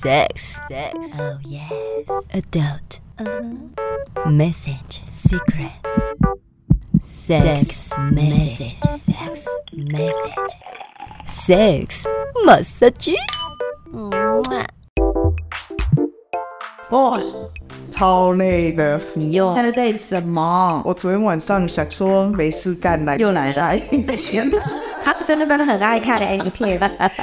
Sex, sex, oh yes. Uh-huh. Adult, message, secret. Sex, message, sex, message. Sex, massage. Mwah. 哇，哦超累的！你又在累什么？我昨天晚上想说没事干来，又来 来一片，他真的真的很爱看 A 片，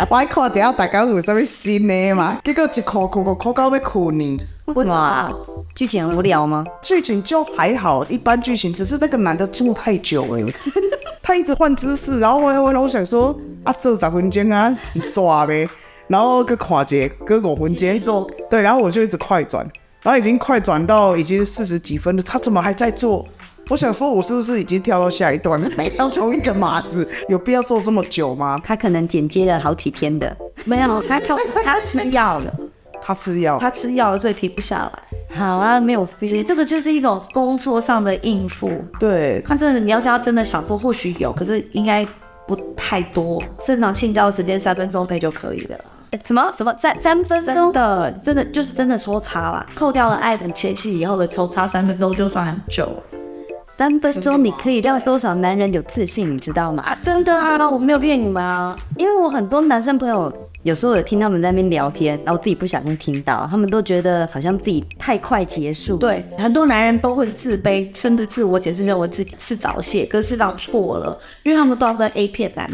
我还看一下大家有啥物新的嘛，结果一哭哭哭哭到要哭呢。为什么啊？剧情很无聊吗？剧情就还好，一般剧情，只是那个男的坐太久了， 他一直换姿势，然后我我我想说啊，这十分钟啊，你耍呗，然后个跨节，个五分钟，对，然后我就一直快转，然后已经快转到已经四十几分了，他怎么还在做？我想说，我是不是已经跳到下一段 了？来到同一个码子，有必要做这么久吗？他可能剪接了好几天的 没有，他他他吃药了，他吃药，他吃药了，所以停不下来。好啊，没有其实 feel。这个就是一种工作上的应付。对他真的，你要叫他真的想做，或许有，可是应该不太多。正常性交时间三分钟内就可以了。什么什么三三分真钟？的，真的就是真的抽插啦，扣掉了爱的前戏以后的抽插三分钟就算很久了三分钟你可以让多少男人有自信，你知道吗？啊！真的啊，我没有骗你们啊。因为我很多男生朋友有时候有听他们在那边聊天，然后自己不小心听到，他们都觉得好像自己太快结束。，对，很多男人都会自卑，甚至自我解释认为自己是早泄，可是事实上错了，因为他们都要跟 A 片男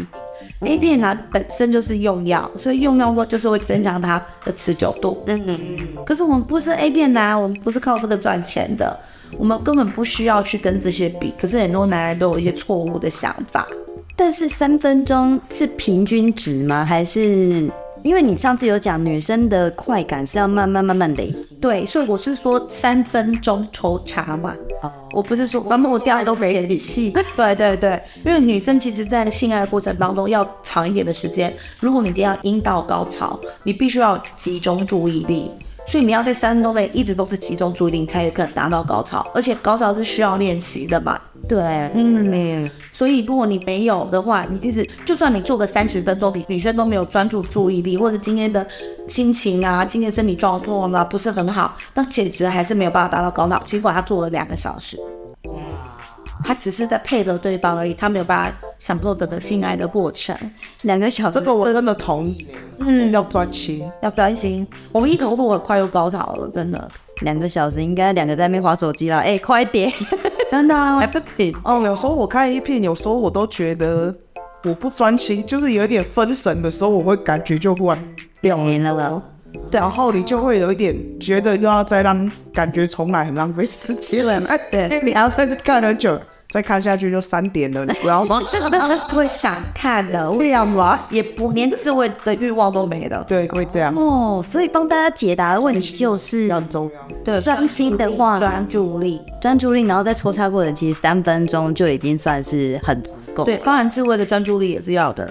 比，A 片男本身就是用药，所以用药后就是会增强他的持久度。嗯，可是我们不是 A 片男，我们不是靠这个赚钱的，我们根本不需要去跟这些比。可是很多男人都有一些错误的想法，但是三分钟是平均值吗？还是因为你上次有讲女生的快感是要慢慢慢慢累积？对，所以我是说三分钟抽查嘛，我不是说我目标都没底气。对对对，因为女生其实，在性爱过程当中要长一点的时间。如果你今天要阴道高潮，你必须要集中注意力，所以你要在三分钟内一直都是集中注意力，你才有可能达到高潮。而且高潮是需要练习的嘛，对，嗯，所以如果你没有的话，你就是就算你做个三十分钟，你女生都没有专注注意力，或者今天的心情啊，今天身体状况啊不是很好，那简直还是没有办法达到高潮。尽管她做了两个小时，她只是在配合对方而已，她没有办法享受整个性爱的过程。两个小时这个我真的同意。嗯，要专心。要专心，我们一头路很快又高潮了，真的，两个小时应该两个在那边划手机啦，哎、快 点，真的、啊来。不及。哦，有时候我看 A 片，有时候我都觉得我不专心，就是有一点分神的时候，我会感觉就忽然掉了。没了，然后你就会有一点觉得又要再让感觉重来，很浪费时间了。哎，对因为你还要再看很久，再看下去就三点了，你不要会想看的，这样吧。也不连自慰的欲望都没了。对，会这样，哦，所以帮大家解答的问题就是嗯很重要。对，专心的话专注力，专注力，然后在抽插过程其实三分钟就已经算是很足够。对，，包含自慰的专注力也是要的。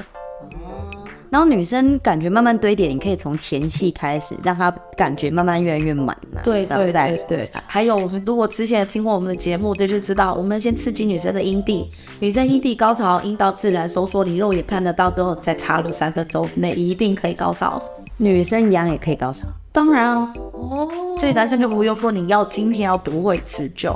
然后女生感觉慢慢堆叠，你可以从前戏开始，让她感觉慢慢越来越满嘛。对然后对嗯再对对，还有我们如果之前听过我们的节目，这就知道我们先刺激女生的阴蒂，女生阴蒂高潮，阴道自然收缩，你肉眼看得到之后，再插入三分钟内一定可以高潮。女生一样也可以高潮。当然哦，所以男生就不用说你要今天要不会持久。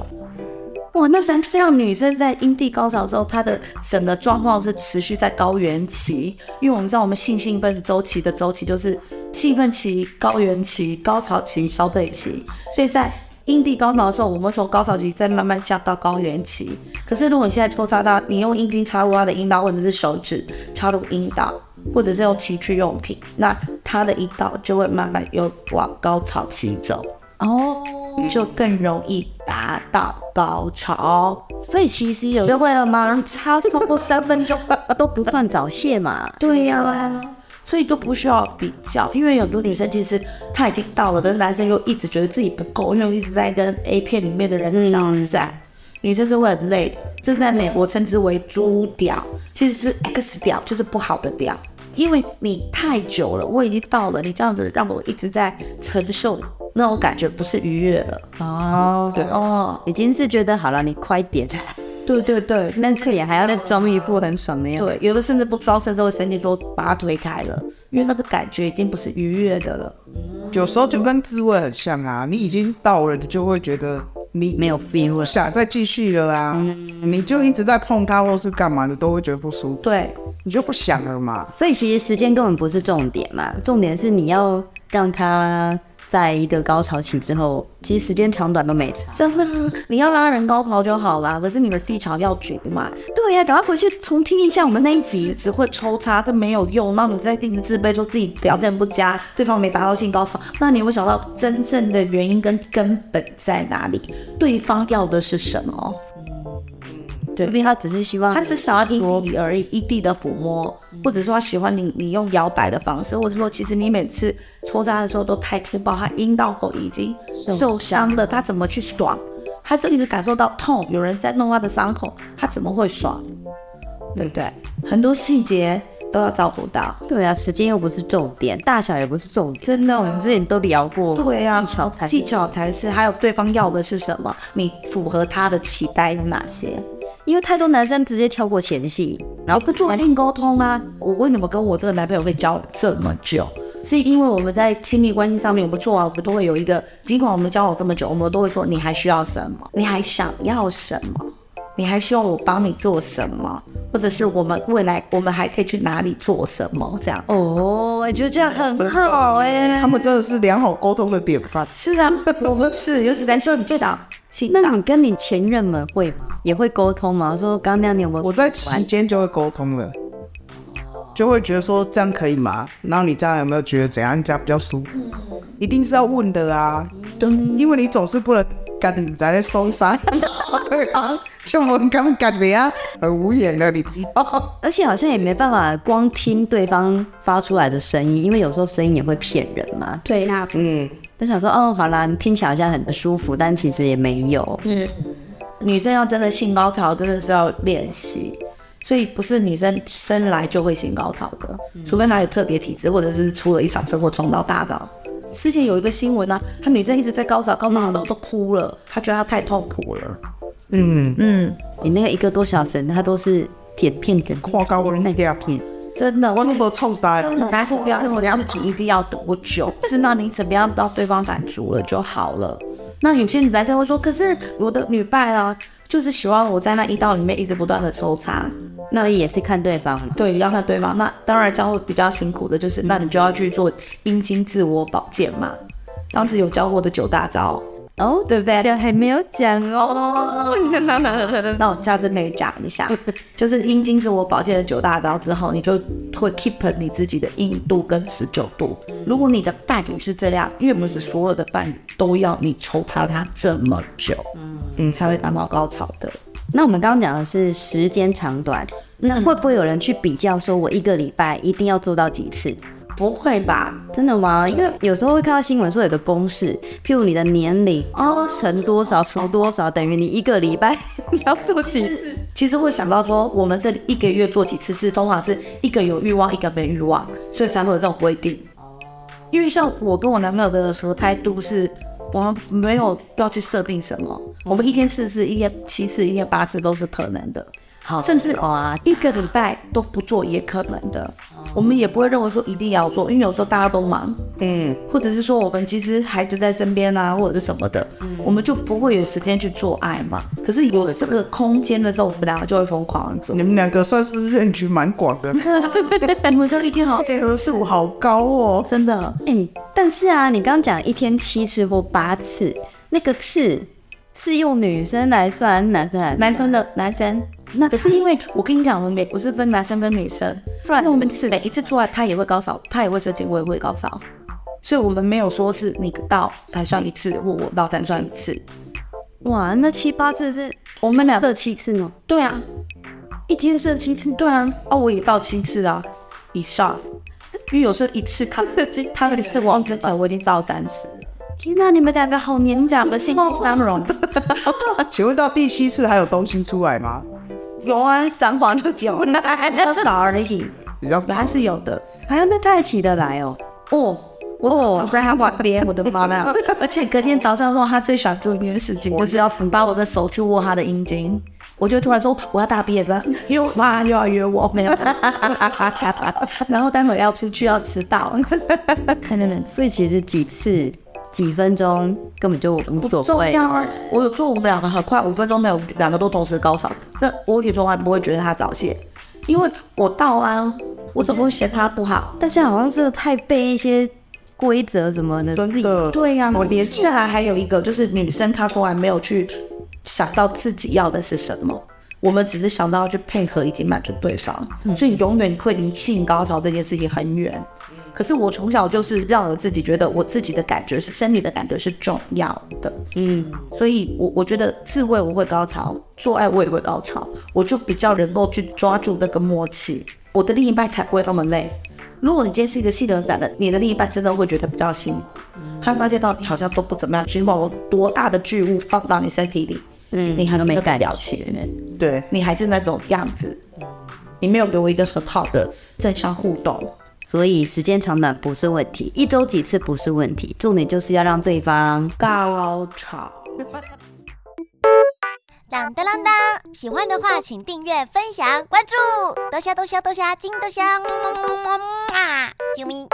哇，那像这样女生在阴蒂高潮之后，她的整个状况是持续在高原期，因为我们知道我们性兴奋周期的周期就是兴奋期、高原期、高潮期、消退期，所以在阴蒂高潮的时候，我们从高潮期再慢慢降到高原期。可是如果你现在抽插到，你用阴茎插入她的阴道，或者是手指插入阴道，或者是用情趣用品，那她的阴道就会慢慢又往高潮期走。哦，就更容易达到高潮。所以其实有学会了吗？超超过三分钟都不算早泄嘛。对呀、所以都不需要比较，因为有多女生其实她已经到了，可是男生又一直觉得自己不够，因为一直在跟 A 片里面的人挑战。女生是会很累的，这在美国称之为“猪屌”，其实是 X 屌，就是不好的屌。因为你太久了，我已经到了，你这样子让我一直在承受那种感觉，不是愉悦了。哦，对哦，已经是觉得好了，你快点。 对对对，那可以还要再装一副很爽的样子。对，有的甚至不装，甚至会生气说把他推开了。因为那个感觉已经不是愉悦的了。有时候就跟自慰很像啊，你已经到了，你就会觉得你没有 feel 不了。嗯想再继续了啊，你就一直在碰它或是干嘛，你都会觉得不舒服，对，你就不想了嘛。所以其实时间根本不是重点嘛，重点是你要让他在一个高潮期之后，其实时间长短都没差。真的啊， 你要拉人高潮就好啦，可是你的低潮要决嘛，对呀、赶快回去重听一下我们那一集。只会抽插，这没有用。那你在一直自卑，说自己表现不佳，对方没达到性高潮，那你会想到真正的原因跟根本在哪里？对方要的是什么？对，因为他只是希望他只想要一嗯地而已，一地的抚摸，或者说他喜欢你，你用摇摆的方式，或者说其实你每次抽插的时候都太粗暴，他阴道口已经受伤了，他怎么去爽？他就一直感受到痛，有人在弄他的伤口，他怎么会爽？对不对？很多细节都要照顾到，对啊，时间又不是重点，大小也不是重点。真的。我们之前都聊过，对啊，技巧才技巧才是，还有对方要的是什么，你符合他的期待有哪些？因为太多男生直接跳过前戏，然我后不做性沟通吗？我为什么跟我这个男朋友会交往这么久？是因为我们在亲密关系上面，我们做完我们都会有一个，尽管我们交往这么久，我们都会说你还需要什么，你还想要什么，你还希望我帮你做什么，或者是我们未来我们还可以去哪里做什么这样。哦，我觉得这样很好哎、他们真的是良好沟通的典范。是啊，我们是，尤其男生你最早心 那脏你跟你前任们会吗？也会沟通吗？说刚刚那样你有没有？我在期间就会沟通了，就会觉得说这样可以吗？然后你这样有没有觉得怎样？你这样比较舒服？一定是要问的啊，因为你总是不能干你在那收山， 对啊，就我刚感觉啊，很无言的，你知道？而且好像也没办法光听对方发出来的声音，因为有时候声音也会骗人嘛。对啦，嗯，就想说，哦，好啦，你听起来好像很舒服，但其实也没有。女生要真的性高潮，真的是要练习，所以不是女生生来就会性高潮的，除非她有特别体质，或者是出了一场车祸撞到大脑。之前有一个新闻呢、啊，她女生一直在高潮，高潮都都哭了，她觉得她太痛苦了。嗯你那个一个多小时，它都是剪片整跨高温跳片，真的，我那么冲山，但是不要认为自己一定要多久，是那你怎么样到对方满足了就好了。那有些男生会说，可是我的女伴啊，就是喜欢我在那一道里面一直不断的抽插。那也是看对方嘛。对，要看对方。那当然，这样会比较辛苦的，就是那你就要去做阴茎自我保健嘛。上次有教过的九大招，哦，对不对？还没有讲哦。那我下次可以讲一下，就是阴茎自我保健的九大招之后，你就会 keep 你自己的硬度跟持久度。如果你的伴侣是这样，因为不是所有的伴侣都要你抽插他这么久，嗯，才会达到高潮的。那我们刚刚讲的是时间长短，那嗯会不会有人去比较说，我一个礼拜一定要做到几次？不会吧？真的吗？因为有时候会看到新闻说有个公式，譬如你的年龄哦乘多少除多少等于你一个礼拜 你要做几次？其实会想到说，我们这里一个月做几次是通常是一个有欲望，一个没欲望，所以才会有这种规定。因为像我跟我男朋友的时候态度是，我们没有要去设定什么，我们一天四次、一天七次、一天八次都是可能的，好，甚至呃哇，一个礼拜都不做也可能的。我们也不会认为说一定要做，因为有时候大家都忙，嗯，或者是说我们其实孩子在身边啊，或者是什么的，我们就不会有时间去做爱嘛。可是有这个空间的时候，我们两个就会疯狂地做你。们两个算是认知蛮广的，你们这一天好配合度好高哦。真的哎、但是啊，你刚刚讲一天七次或八次，那个次是用女生来算，还是男生来算男生的男生。那可是因为我跟你讲，我们每不是分男生跟女生，不然那我们是每一次做爱，他也会高潮，他也会射精，我也会高潮，所以我们没有说是你到才算一次，或我到才算一次。哇，那七八次是我们俩射七次吗？对啊，一天射七次，对啊，哦，我也到七次啊以上，因为有时候一次他他那个次我跟呃 我已经到三次，天哪、你们两个好年长的性貌相 容。请问到第七次还有东西出来吗？有啊，长黄的 酒 奶，少而已，比较还是有的。还有那太起得来哦。哦，我哦，在他旁边，我的妈妈！ 而且隔天早上的时候，他最喜欢做一件事情，就是要把我的手去握他的阴茎。我就突然说我要大便了，因为我妈又要约我，没有， 然后待会要出去要迟到，看能能，所以其实几次几分钟根本就无所重谓。要啊！我有说我们两个很快五分钟内，我们两个都同时高潮，但我也从来不会觉得他早泄，因为我到啊，我怎么会嫌他不好？但是好像是太被一些规则什么的，自真己的，对呀、啊我连下来还有一个就是女生她从来没有去想到自己要的是什么，我们只是想到要去配合以及满足对方，所以永远会离性高潮这件事情很远。可是我从小就是让我自己觉得我自己的感觉是身体的感觉是重要的，嗯，所以我我觉得自慰我会高潮，做爱我也会高潮，我就比较能够去抓住那个默契，我的另一半才不会那么累。如果你今天是一个信任感的，你的另一半真的会觉得比较辛苦，他发现到你好像都不怎么样，尽管我多大的巨物放到你身体里，嗯，你还是都没没感感觉了起，对，你还是那种样子，你没有给我一个很好的正向互动，所以时间长短不是问题，一周几次不是问题，重点就是要让对方高潮。当当当当！喜欢的话，请订阅、分享、关注，多虾多虾多虾，金多虾，么么么么么啊！啾咪。